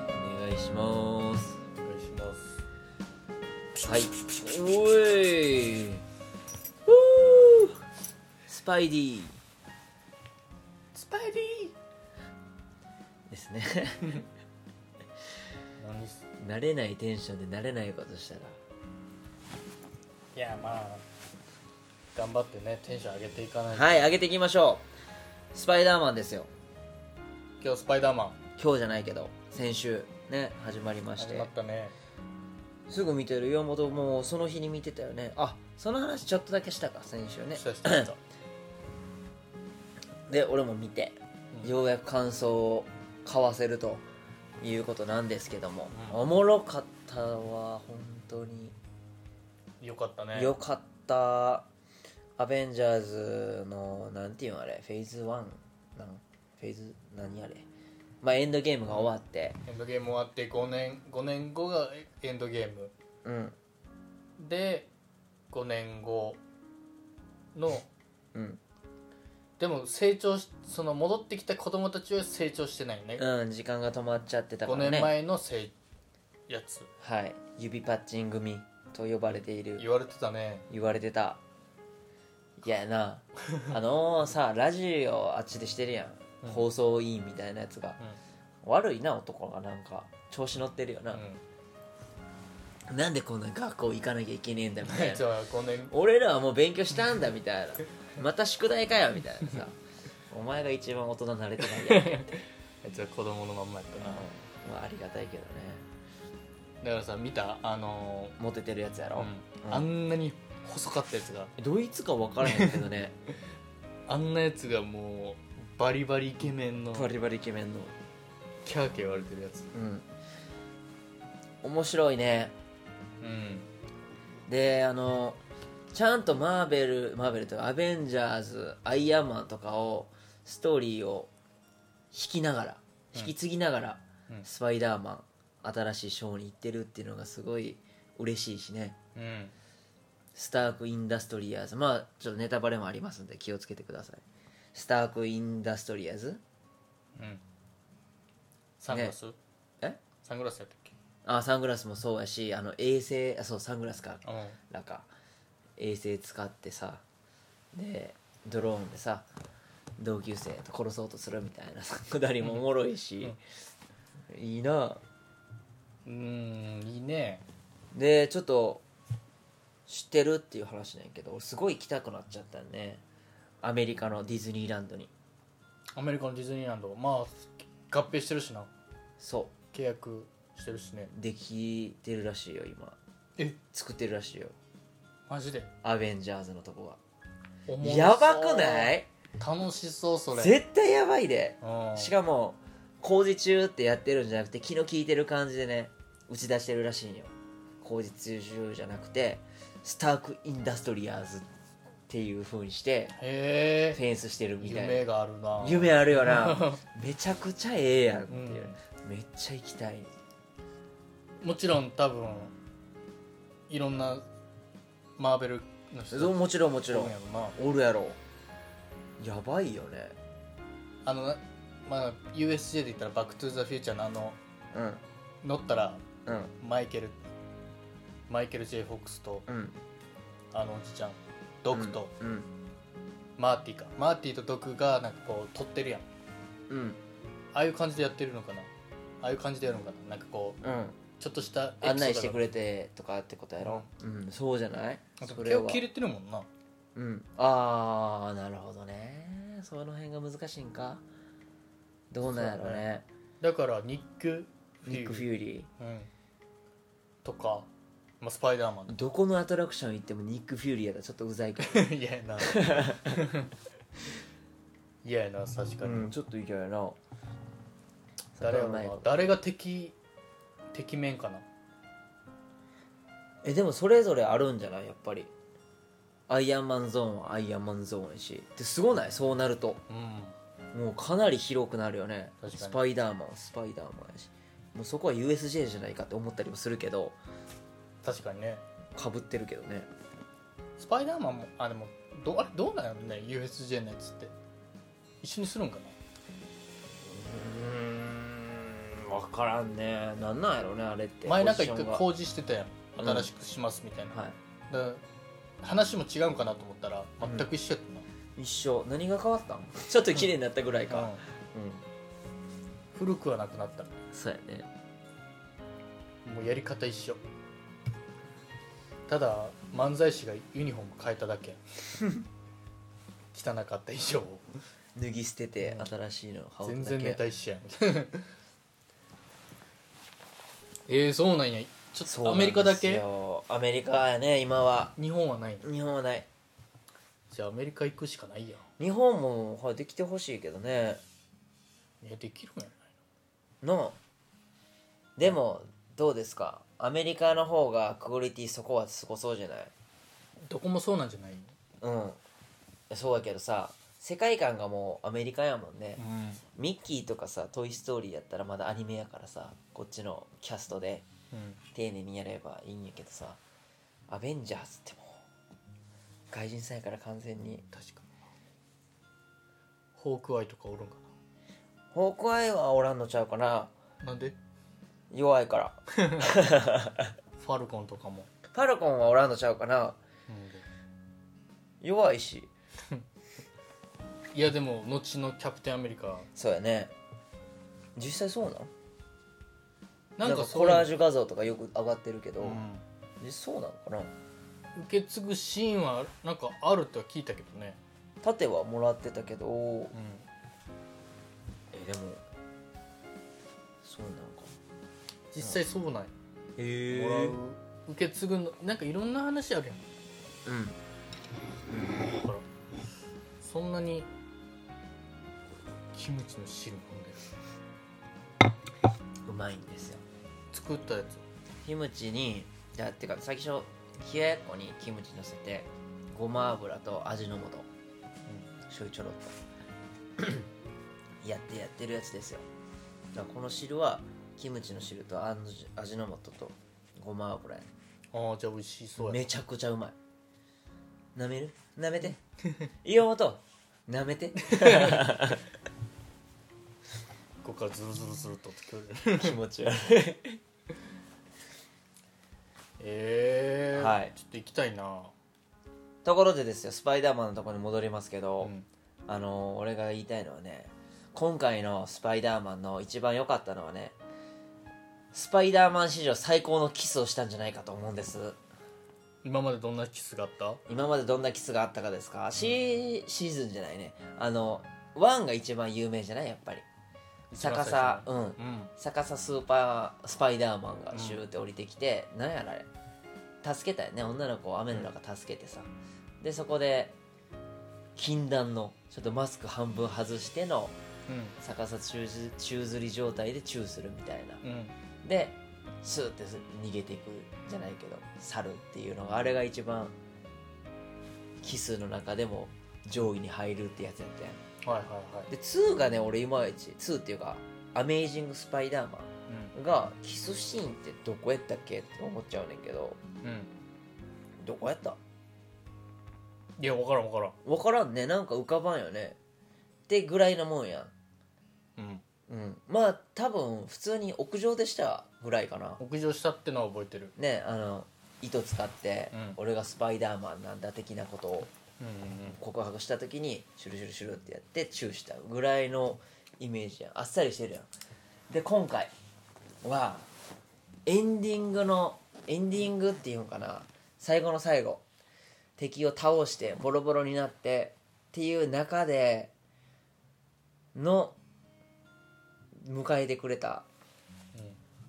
しますお願いしますはいおいふうスパイディスパイデですね ィ何す慣れないテンションで慣れないことしたらいやまあ頑張ってねテンション上げていかないと、はい上げていきましょうスパイダーマンですよ今日スパイダーマン今日じゃないけど先週ね始まりまし始てまったねすぐ見てる岩本もその日に見てたよねあその話ちょっとだけしたか先週ねしたしたした で俺も見てうんようやく感想を交わせるということなんですけども、うんおもろかったわ本当に、よかったねよかったアベンジャーズのなんていうのあれフェーズ1なんフェーズ何あれまあエンドゲームが終わってエンドゲーム終わって5年5年後がエンドゲームうんで5年後のうん、でも成長しその戻ってきた子供たちは成長してないねうん、時間が止まっちゃってたか5ら年ね前のせいやつはい指パッチン組と呼ばれている言われてたね言われてたいややな あのさラジオあっちでしてるやん、うん放送委員みたいなやつが、悪いな男がなんか調子乗ってるようん、な、なんでこんな学校行かなきゃいけねえんだみ たいじなゃあ5年俺らはもう勉強したんだみたいなまた宿題かよみたいなさお前が一番大人慣れてない やんけみたいなあいつは子供のまんまやったな、まあありがたいけどねだからさ見たあのモテてるやつやーろ、うんあんなに細かったやつがどいつか分からへんけど ねあんなやつがもうバリバリイケメンのバリバリイケメンのキャーキャー言われてるやつうん面白いねうんであのちゃんとマーベルマーベルというかアベンジャーズアイアンマンとかをストーリーを引きながらうん引き継ぎながら、うんスパイダーマン新しいショーに行ってるっていうのがすごい嬉しいしねうんスターク・インダストリアーズまあちょっとネタバレもありますんで気をつけてくださいスターク・インダストリアーズうんサングラス、えサングラスやったっけあサングラスもそうやしあの衛星あそうサングラスかうんなんか衛星使ってさでドローンでさ同級生と殺そうとするみたいなさくだりもおもろいし、いいなうんいいねでちょっと知ってるっていう話なんやけど俺すごい行きたくなっちゃったねアメリカのディズニーランドにアメリカのディズニーランドまあ合併してるしなそ契約してるしねうできてるらしいよ今え作ってるらしいよマジでアベンジャーズのとこおもがろそうやばくない楽しそうそれ絶対やばいでうんしかも工事中ってやってるんじゃなくて気の利いてる感じでね打ち出してるらしいんよ工事中じゃなくてスターク・インダストリアーズっていう風にしてへフえェンスしてるみたいな夢夢があるなあるよ なめちゃくちゃええやんってういんう、めっちゃ行きたいもちろん多分いろんなマーベルの人もちろんもちろおるんやろなおるやろやばいよねあのなまあ USJ で言ったら「バック・トゥ・ザ・フューチャー」のあのうん乗ったらうんマイケルマイケル・ J ・フォックスとうんあのおじちゃんドクと、うんマーティかマーティとドクがなんかこう撮ってるやんうんああいう感じでやってるのかなああいう感じでやるのかななんかこううんちょっとした案内してくれれてとかってことやろ、うん、そうじゃないそれ毛をは切れてるもんなうん、ああなるほどねその辺が難しいんかどうなんやろうねだからニック・フューリーニック・フューリうん、とか、まあ、スパイダーマーどこのアトラクション行ってもニック・フューリーやったらちょっとうざいけど、ン 嫌やな嫌やな確かに、うん、ちょっといけないな誰やそろんうなうまないこと誰が敵敵面かなえでもそれぞれあるんじゃないやっぱりアイアンマンゾーンはアイアンマンゾーンやしですごないそうなるとうんもうかなり広くなるよね確かにスパイダーマンはスパイダーマンやしもうそこは USJ じゃないかって思ったりもするけど確かにねかぶってるけどねスパイダーマンもあでもどあれどうなんやろね USJ のやつって一緒にするんかなうーん分からんねなんなんやろねあれって前なんか一ポジシ回ョンが工事してたやんうん新しくしますみたいな、はだから話も違うんかなと思ったらうん全く一緒やっい、一緒何が変わったん ちょっと綺麗になったぐらいたな、かうんうん、古くはなくなったそうやねもうやり方一緒ただ漫才師がユニフォーム変えただけ汚かった衣装を脱ぎ捨てて新しいのを羽織っ全ただ然けネタ一緒や んえー、そうなんやちょっそうなとアんですメリカだけよアメリカやね今は日本はないの日本はないじゃあアメリカ行くしかないやん日本も、はい、できてほしいけどねえできるんやないのでもどうですかアメリカの方がクオリティそこはすごそうじゃないのどこもそうなんじゃないうんそうやけどさ世界観がもうアメリカやもんね、ん、ミッキーとかさ「トイ・ストーリー」やったらまだアニメやからさこっちのキャストでうん、丁寧にやればいいんやけどさ「アベンジャーズ」ってもう外人さんやから完全に確かにホークアイとかおるんかホークアイはおらんのちゃうかなななんで弱いからファルコンとかも、ファルコンはおらんのちゃうかな弱いしいやでも後のキャプテンアメリカそうやね実際そうなんななんんかかコそういうラージュ画像とかよく上がってるけど、う実そうなのかなん受け継ぐシーンはなんかあるとは聞いたけどね、盾はもらってたけどえでもそうなのか実際そうなんや、へもらう受け継ぐのなんかいろんな話あるやんうんだからそんなにキムチの汁飲んでるうまいんですよ作ったやつキムチにじゃあてか最初冷ややっこにキムチ乗せてごま油と味の素醤油ちょろっとやってやってるやつですよだからこの汁はキムチの汁とあんじ味の素とごま油やねああじゃあ美味しそうやめちゃくちゃうまい舐める舐 めて岩本舐めてここからズルズルズルと作 る気持ち悪い ええーはいちょっと行きたいなところでですよスパイダーマンのところに戻りますけど、うんあの俺が言いたいのはね今回のスパイダーマンの一番良かったのはねスパイダーマン史上最高のキスをしたんじゃないかと思うんです今までどんなキスがあった今までどんなキスがあったかですかシーシーズンじゃないねあの1が一番有名じゃないやっぱり逆さうんうん逆さスーパースパイダーマンがうんシューって降りてきて、なんやらあれ助けたよね女の子を雨の中助けてさ、でそこで禁断のちょっとマスク半分外してのう逆さ宙づ宙吊り状態でチューするみたいなんうんでスーって逃げていくじゃないけど去るっていうのがあれが一番奇数の中でも上位に入るってやつやったやんはいはいはいで2がね俺いまいち2っていうか「アメイジング・スパイダーマン」がキスシーンってどこやったっけって思っちゃうねんけどうんうんどこやったいや分からん分から分からんねなんか浮かばんよねってぐらいのもんやん、うん、んうんまあ多分普通に屋上でしたぐらいかな屋上したってのは覚えてるねあの糸使ってうん俺がスパイダーマンなんだ的なことをうんうん告白した時にシュルシュルシュルってやってチューしたぐらいのイメージやんあっさりしてるやんで今回はエンディングのエンディングっていうんかな最後の最後敵を倒してボロボロになってっていう中での迎えてくれた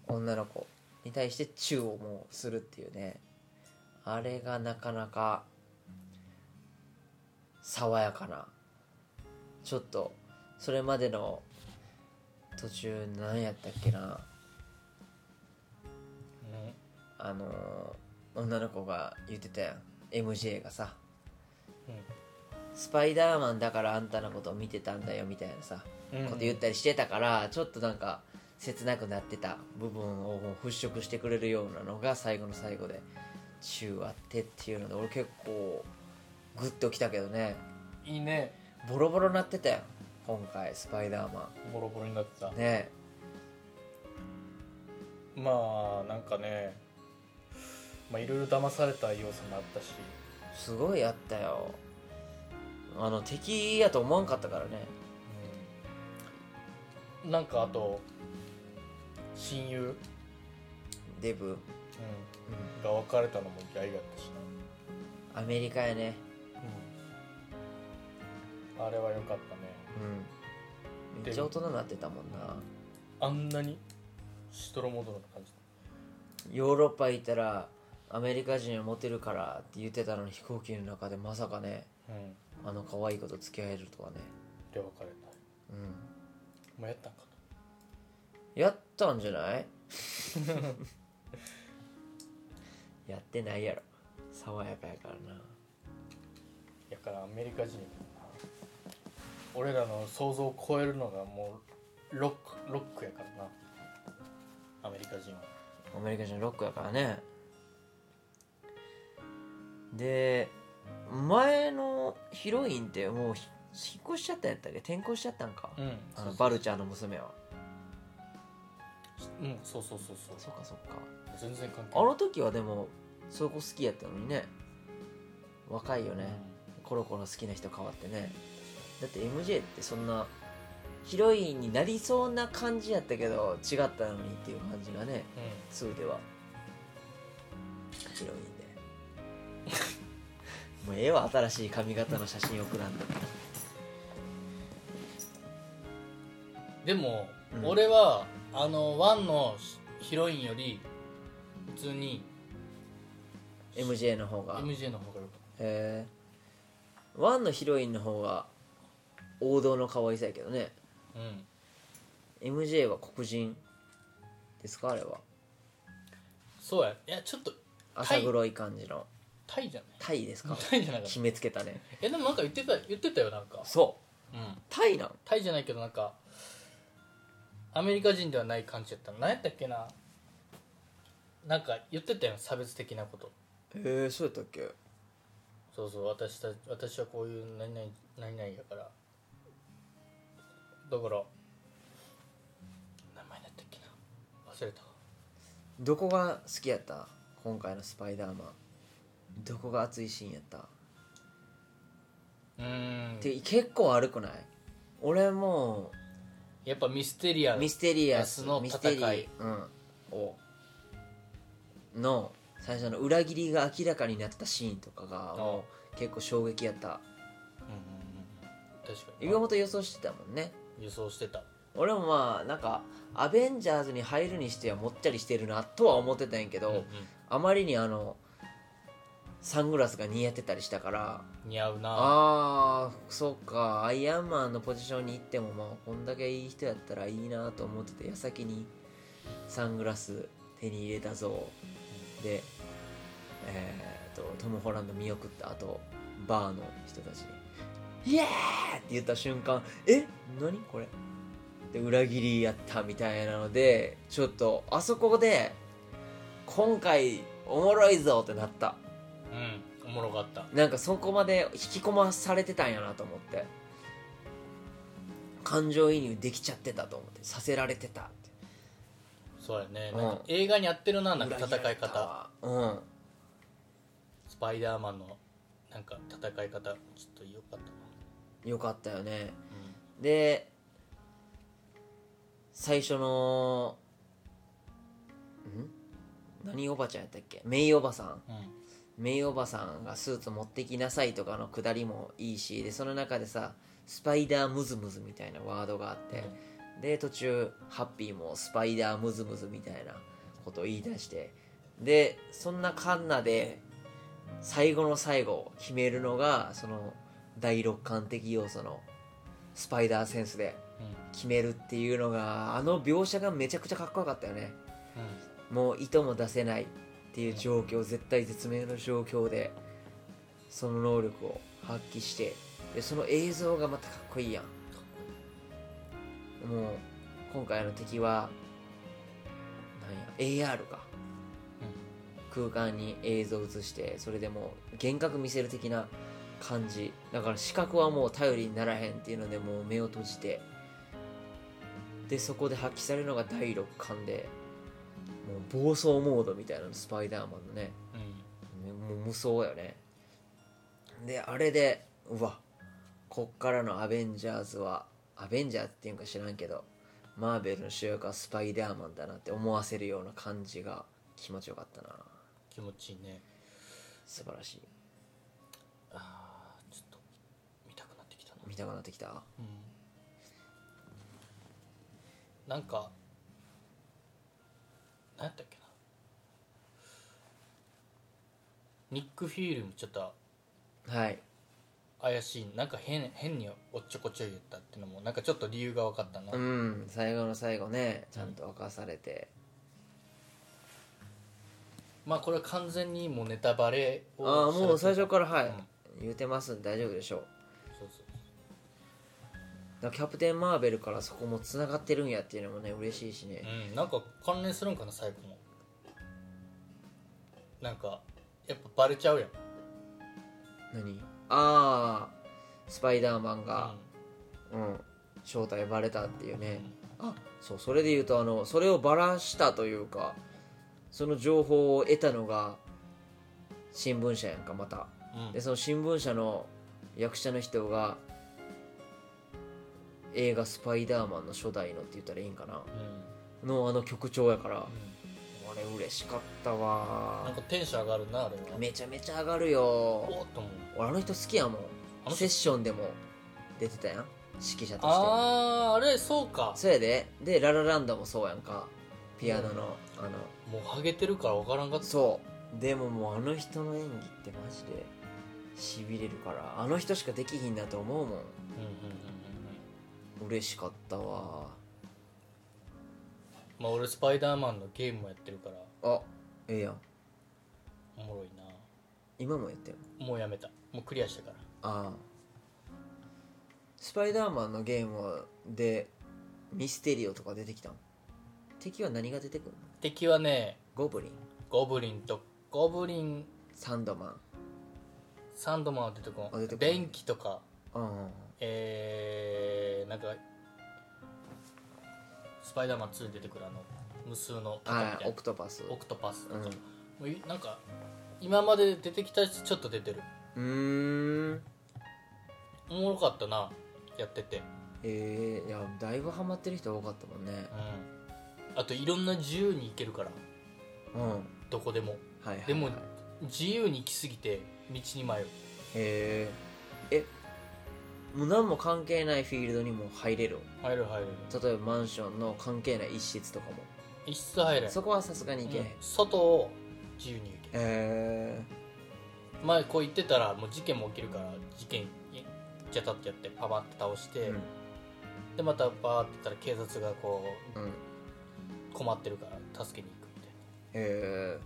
女の子に対してチューをもうするっていうねあれがなかなか爽やかなちょっとそれまでの途中何やったっけなうんうんあのー女の子が言ってたやん MJ がさスパイダーマンだからあんたのことを見てたんだよみたいなさうんこと言ったりしてたからちょっとなんか切なくなってた部分を払拭してくれるようなのが最後の最後で中あってっていうので俺結構グッときたけどねいいねボロボロなってたよ今回スパイダーマボロボロになってたンねえまあなんかねまあいろいろ騙された要素もあったしすごいあったよあの敵やと思わんかったからねうんなんかあと親友、デブ、が別れたのも意外だったしアメリカやねな、あれは良かったねうんめっちゃ大人になってたもんなあんなにシトロモドロな感じヨーロッパ行ったらアメリカ人はモテるからって言ってたのに飛行機の中でまさかねうんあの可愛い子と付き合えるとはねで別れたうんもうやったんかやったんじゃない やってないやろ爽やかやからななやからアメリカ人俺らの想像を超えるのがもうロックロックやからなアメリカ人はアメリカ人ロックやからねで前のヒロインってもうひ引っ越しちゃったんやったっけ転校しちゃったんか、うんあのバルちゃんの娘はうんそうそうそうそうそっかそっか全然関係あの時はでもそういう子好きやったのにね若いよね、コロコロ好きな人変わってねだって MJ ってそんなヒロインになりそうな感じやったけど違ったのにっていう感じがねうん、うん2ではヒロインでもうええわ新しい髪型の写真送らんとでも、うん俺はあのワンのヒロインより普通に MJ の方が MJ の方が良かっえー、1のヒロインの方が王道の可愛さやけどねたうん MJ は黒人ですかあれはそうやいやちょっとタイ浅黒い感じのタイじゃタイですなかいタイじゃなかった決めつけたねえでもなんか言ってた言ってたよなんか、そううん、タイなんタイじゃないけどなんかアメリカ人ではない感じやった何やったっけななんか言ってたよ差別的なことえー、そうやったっけそうそう私た私はこういう何々何々やからだから名前だったっけな忘れたどこが好きやった今回の「スパイダーマン」どこが熱いシーンやったうーんて結構悪くない俺もやっぱミステリアミステリア明ス日のミステリ戦いうん、をの最初の裏切りが明らかになったシーンとかがもう結構衝撃やったうんうんうん確かに岩本予想してたもんね予想してた俺もまあなんかアベンジャーズに入るにしてはもっちゃりしてるなとは思ってたんやけど、うんうんあまりにあのサングラスが似合ってたりしたから似合うなああーそっかアイアンマンのポジションに行ってもまあこんだけいい人やったらいいなと思ってて矢先にサングラス手に入れたぞでえー、とトム・ホランド見送った後バーの人たちに「イエーイ!」って言った瞬間「え何これ?」で裏切りやったみたいなのでちょっとあそこで今回おもろいぞってなったうんおもろかったなんかそこまで引き込まされてたんやなと思って感情移入できちゃってたと思ってさせられてたってそうやねうんなんか映画に合ってるななんか裏切ら戦れいた方わうんスパイダーマンのなんか戦い方ちょっと良かったなよかったよねで最初のん何おばちゃんやったっけメイおばさんうん、うんメイおばさんがスーツ持ってきなさいとかのくだりもいいしでその中でさスパイダームズムズみたいなワードがあって、で途中ハッピーもスパイダームズムズみたいなことを言い出してでそんなカンナで最後の最後を決めるのがその第六感的要素のスパイダーセンスで決めるっていうのがあの描写がめちゃくちゃかっこよかったよねうんもう糸も出せないっていう状況絶対絶命の状況でその能力を発揮してでその映像がまたかっこいいやんもう今回の敵はなんや AR か空間に映像を映してそれでもう幻覚見せる的な感じだから視覚はもう頼りにならへんっていうのでもう目を閉じてでそこで発揮されるのが第六感でもう暴走モードみたいなのスパイダーマンのねうんねもう無双よねであれでうわこっからのアベンジャーズはアベンジャーズっていうんか知らんけどマーベルの主役はスパイダーマンだなって思わせるような感じが気持ちよかったな気持ちいいね素晴らしいあーちょっと見たくなってきたな見たくなってきたうんなんか何やったっけなニック・フィールもちょっとはい怪しいなんか変変におっちょこちょい言ったっていうのもなんかちょっと理由が分かったな、うん最後の最後ねちゃんと明かされて、まあこれは完全にもうネタバレをああされてるもう最初からはい、うん言うてますんで大丈夫でしょうそうそうだからキャプテン・マーベルからそこもつながってるんやっていうのもね嬉しいしね、うんなんか関連するんかな最後もなんかやっぱバレちゃうやん何ああスパイダーマンが、ううん正体バレたっていうんね、あそうそれで言うとあのそれをバラしたというかその情報を得たのが新聞社やんかまたうんでその新聞社の役者の人が映画「スパイダーマン」の初代のって言ったらいいんかなうんのあの曲調やから、うんあれ嬉しかったなんわかテンション上がるなあれはめちゃめちゃ上がるよおっと思う俺あの人好きやもあんの人セッションでも出てたやん指揮者としてあーあれそうかそうやででララランドもそうやんかピアノの、あのもうハゲてるから分からんかったそうでももうあの人の演技ってマジでしびれるからあの人しかできひんなと思うもうんうんうんうんうんん嬉しかったわまあ俺スパイダーマンのゲームもやってるからあええやんおもろいな今もやってるもうやめたもうクリアしたからああスパイダーマンのゲームでミステリオとか出てきたん敵は何が出てくるの敵はねゴブリンゴブリンとゴブリンサンドマンサンドマンは出てこあ出てんこない電気とかうんえー、なんかスパイダーマン2に出てくるあの無数の鷹みあたいーなオクトパスオクトパスとか、うんもういなんか今まで出てきたやつちょっと出てるうーんおもろかったなやっててえー、いやだいぶハマってる人多かったもんねうんあといろんな自由に行けるからうんはいどこでもはい、はい、でも自由に行きすぎて道に迷うへええもう何も関係ないフィールドにも入れる入る入る例えばマンションの関係ない一室とかも一室入れんそこはさすがにうん行けへん、外を自由に行けえ前こう行ってたらもう事件も起きるから事件いジャタってやってパパって倒しーて、でまたバーって行ったら警察がこうん、うん、う困ってるから助けに行くみたいなえ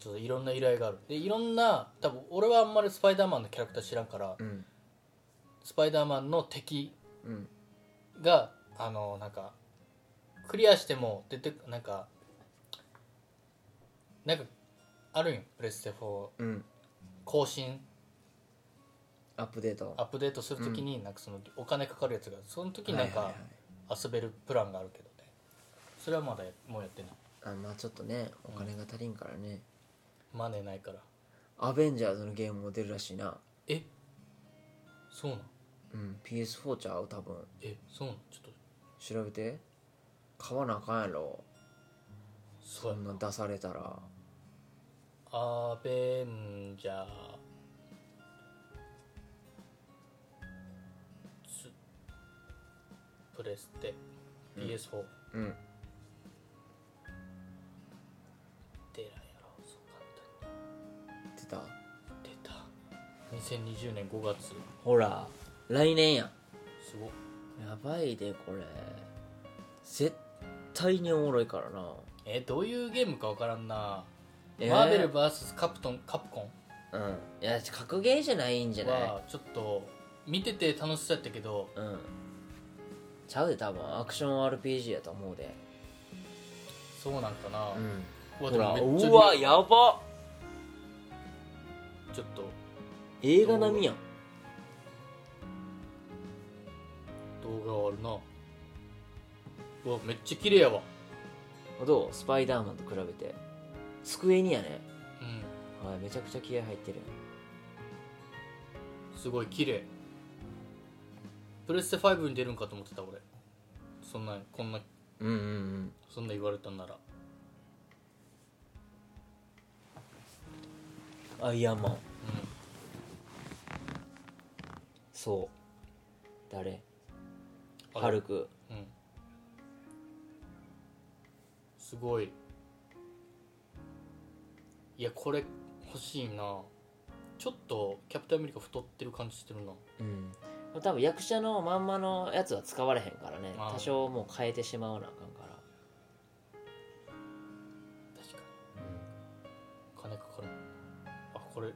ちょっといろんな依頼があるでいろんな多分俺はあんまりスパイダーマンのキャラクター知らんから、ー、うんスパイダーマンの敵うんがあのなんかクリアしても出てなんかなんかあるんよプレステ4うん更新アップデートアップデートするときに、なんかそのお金かかるやつがその時になんはいかはいはい遊べるプランがあるけどねそれはまだやもうやってないあまあちょっとねお金が足りんからね、マネーないからアベンジャーズのゲームも出るらしいなえそうなんうん、PS4 ちゃう多分えそうなんちょっと調べて買わなあかんやろこそうんやな出されたらアベンジャーズプレステ PS4 うん出ないやろそう簡出た単に出た2020年5月ほら来年やすごっやばいでこれ絶対におもろいからなえどういうゲームか分からんな、えーマーベル VS カプトンカプコうんいや格ゲーじゃないんじゃンないはちょっと見てて楽しそうやったけどうんちゃうで多分アクション RPG やと思うでそうなんかな、うんうほわでらもめっちゃうわやばちょっと映画並みやん動画はあるなうわめっちゃ綺麗やわどうスパイダーマンと比べて机にやねうんはいめちゃくちゃ気合入ってるすごい綺麗プレステ5に出るんかと思ってた俺そんなこんなうんうんうんそんな言われたんならアイアンマンうそう誰んハルクうんすごいいやこれ欲しいなちょっとキャプテンアメリカ太ってる感じしてるなうん多分役者のまんまのやつは使われへんからねあー多少もう変えてしまわなあかんから確かに金かかるあこれう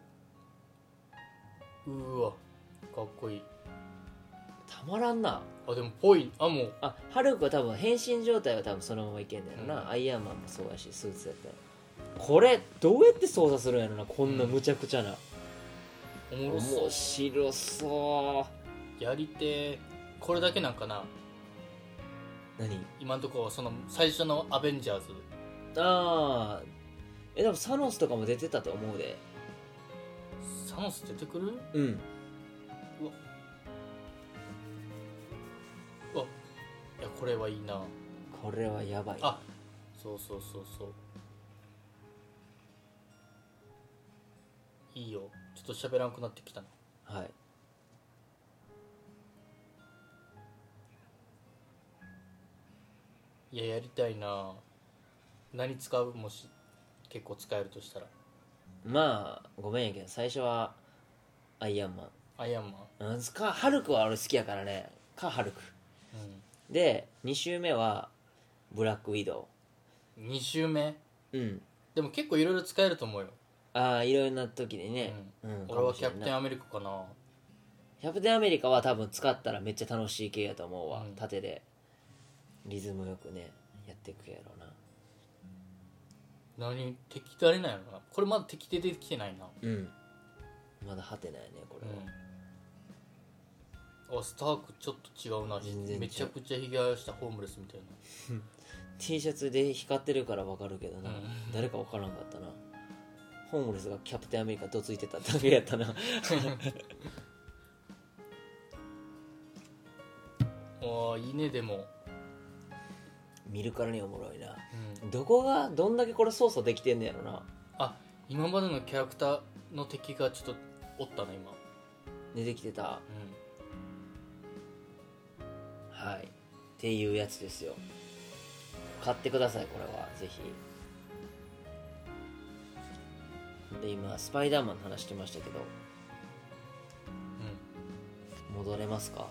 ーわかっこいいたまらんなあでもぽいあもうあハルクは多分変身状態は多分そのままいけんだよな、うんアイアンマンもそうやしスーツやったらこれどうやって操作するんやろなこんなむちゃくちゃな、おもろそう面白そやりてーこれだけなんかなう何今のところはその最初のアベンジャーズああえでもサノスとかも出てたと思うでサノス出てくるうんいやこれはいいなこれはやばいあそうそうそうそういいよちょっと喋らんくなってきたなはいいややりたいな何使うもし結構使えるとしたらまあごめんやけど最初はアイアンマアイアンマンンうんかハルクは俺好きやからねかハルクで2周目はブラックウィドうん2周目ウうんでも結構いろいろ使えると思うよ、ああいろいろな時でね、うん俺はキャかプもしれんテンなアメリカかなキャプテンアメリカは多分使ったらめっちゃ楽しい系やと思うわ、うん縦でリズムよくねやっていくやろうな何敵誰なんやろなこれまだ敵出てきてないなうんまだハテナやねこれは、うんあスタークちょっと違うな全然違うめちゃくちゃひげ生やしたホームレスみたい T シャツで光ってるからわかるけどな、うん誰かわからんかったなホームレスがキャプテンアメリカどついてただけやったななああいいねでも、見るからにおもろいなうん、どこがどんだけこれ操作できてんねやろなあ今までのキャラクターの敵がちょっとおったな今、出てきてたうん、はいっていうやつですよ買ってくださいこれはぜひで今スパイダーマンの話してましたけどう戻れますか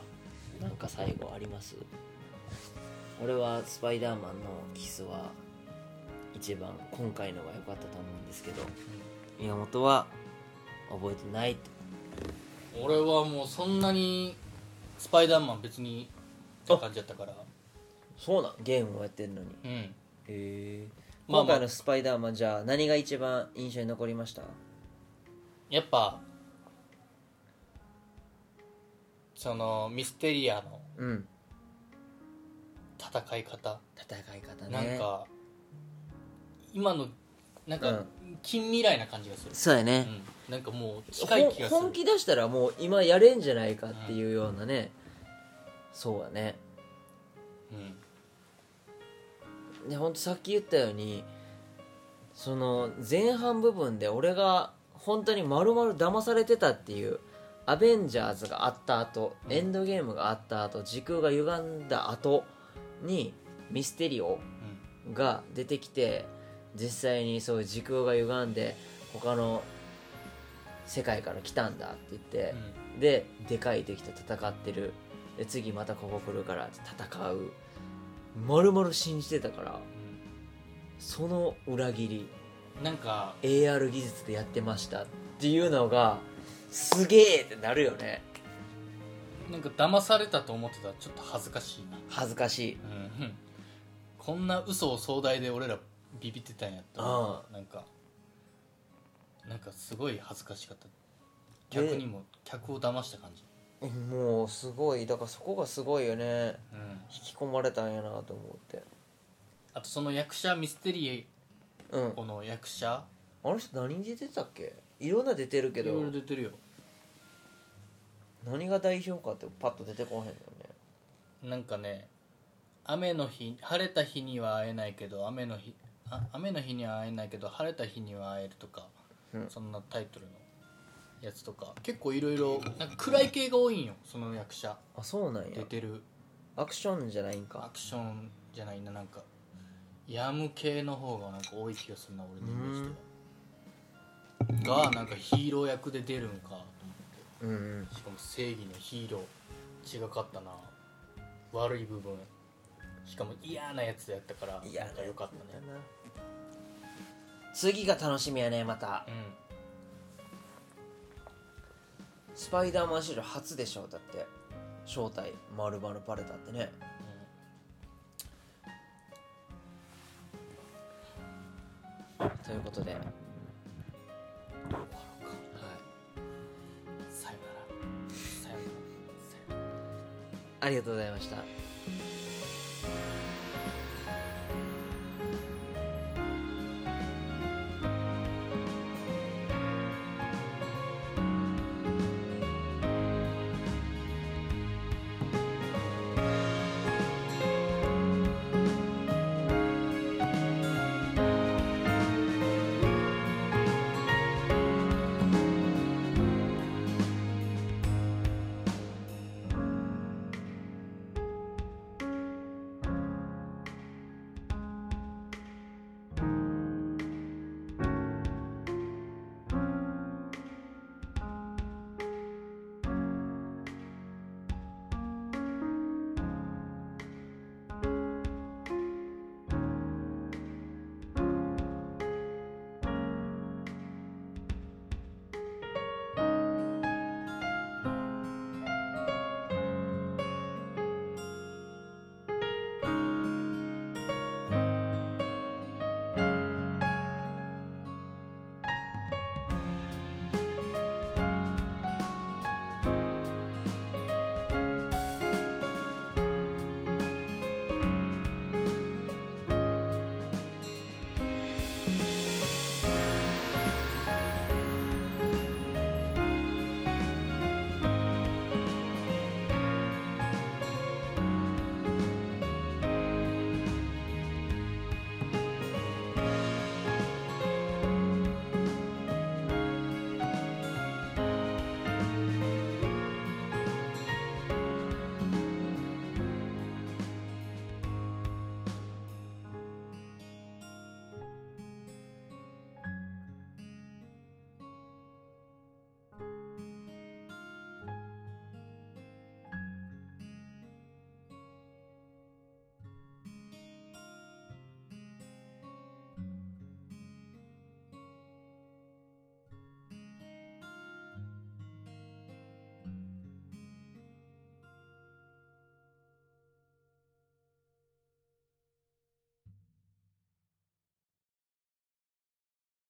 なんか最後あります俺はスパイダーマンのキスは一番今回のが良かったと思うんですけど宮本は覚えてないとん、俺はもうそんなにスパイダーマン別にって感じやったからそうなんゲームをやってるのにうんへえまあまあ今回のスパイダーマンじゃあ何が一番印象に残りましたやっぱそのミステリアのうん戦い方戦い方ねなんか今のなんうか近未来な感じがする、そうやね、うん、なんかもう近ほんい気がする本気出したらもう今やれんじゃないかっていうようなね、そうやねうんでほんとさっき言ったようにその前半部分で俺が本当に丸々騙されてたっていう「アベンジャーズ」があった後、うんエンドゲームがあった後時空が歪んだ後にミステリオが出てきて実際にそういう時空が歪んで他の世界から来たんだって言って、うんででかい敵と戦ってるで次またここ来るから戦うまるまる信じてたからその裏切うんなんかり AR 技術でやってましたっていうのがすげえってなるよねなんか騙されたと思ってたらちょっと恥ずかしいな恥ずかしいうんこんな嘘を壮大で俺らビビってたんやったあなんかなんかすごい恥ずかしかったで客にも客を騙した感じもうすごいだからそこがすごいよねうん引き込まれたんやなと思ってあとその役者ミステリうんーこの役者あの人何に出てたっけいろんな出てるけいろいろど出てるよ何が代表かってパッと出てこへんのよねなんかね雨の日晴れた日には会えないけど雨の日あ雨の日には会えないけど晴れた日には会えるとか、うんそんなタイトルのやつとか結構いろいろなんか暗い系が多いんよその役者あそうなんや出てるアクションじゃないんアかクションじゃないななんかヤム系の方がなんか多い気がするな俺のイメージではがなんかヒーロー役で出るんかと思ってうんうんしかも正義のヒーロー違かったな悪い部分しかも嫌なやつやったから嫌ななんか良かったね次が楽しみやねまたうスパイダーマンシール初でしょだって正体丸々バレたってねということでんはいさよならさよならさよならありがとうございました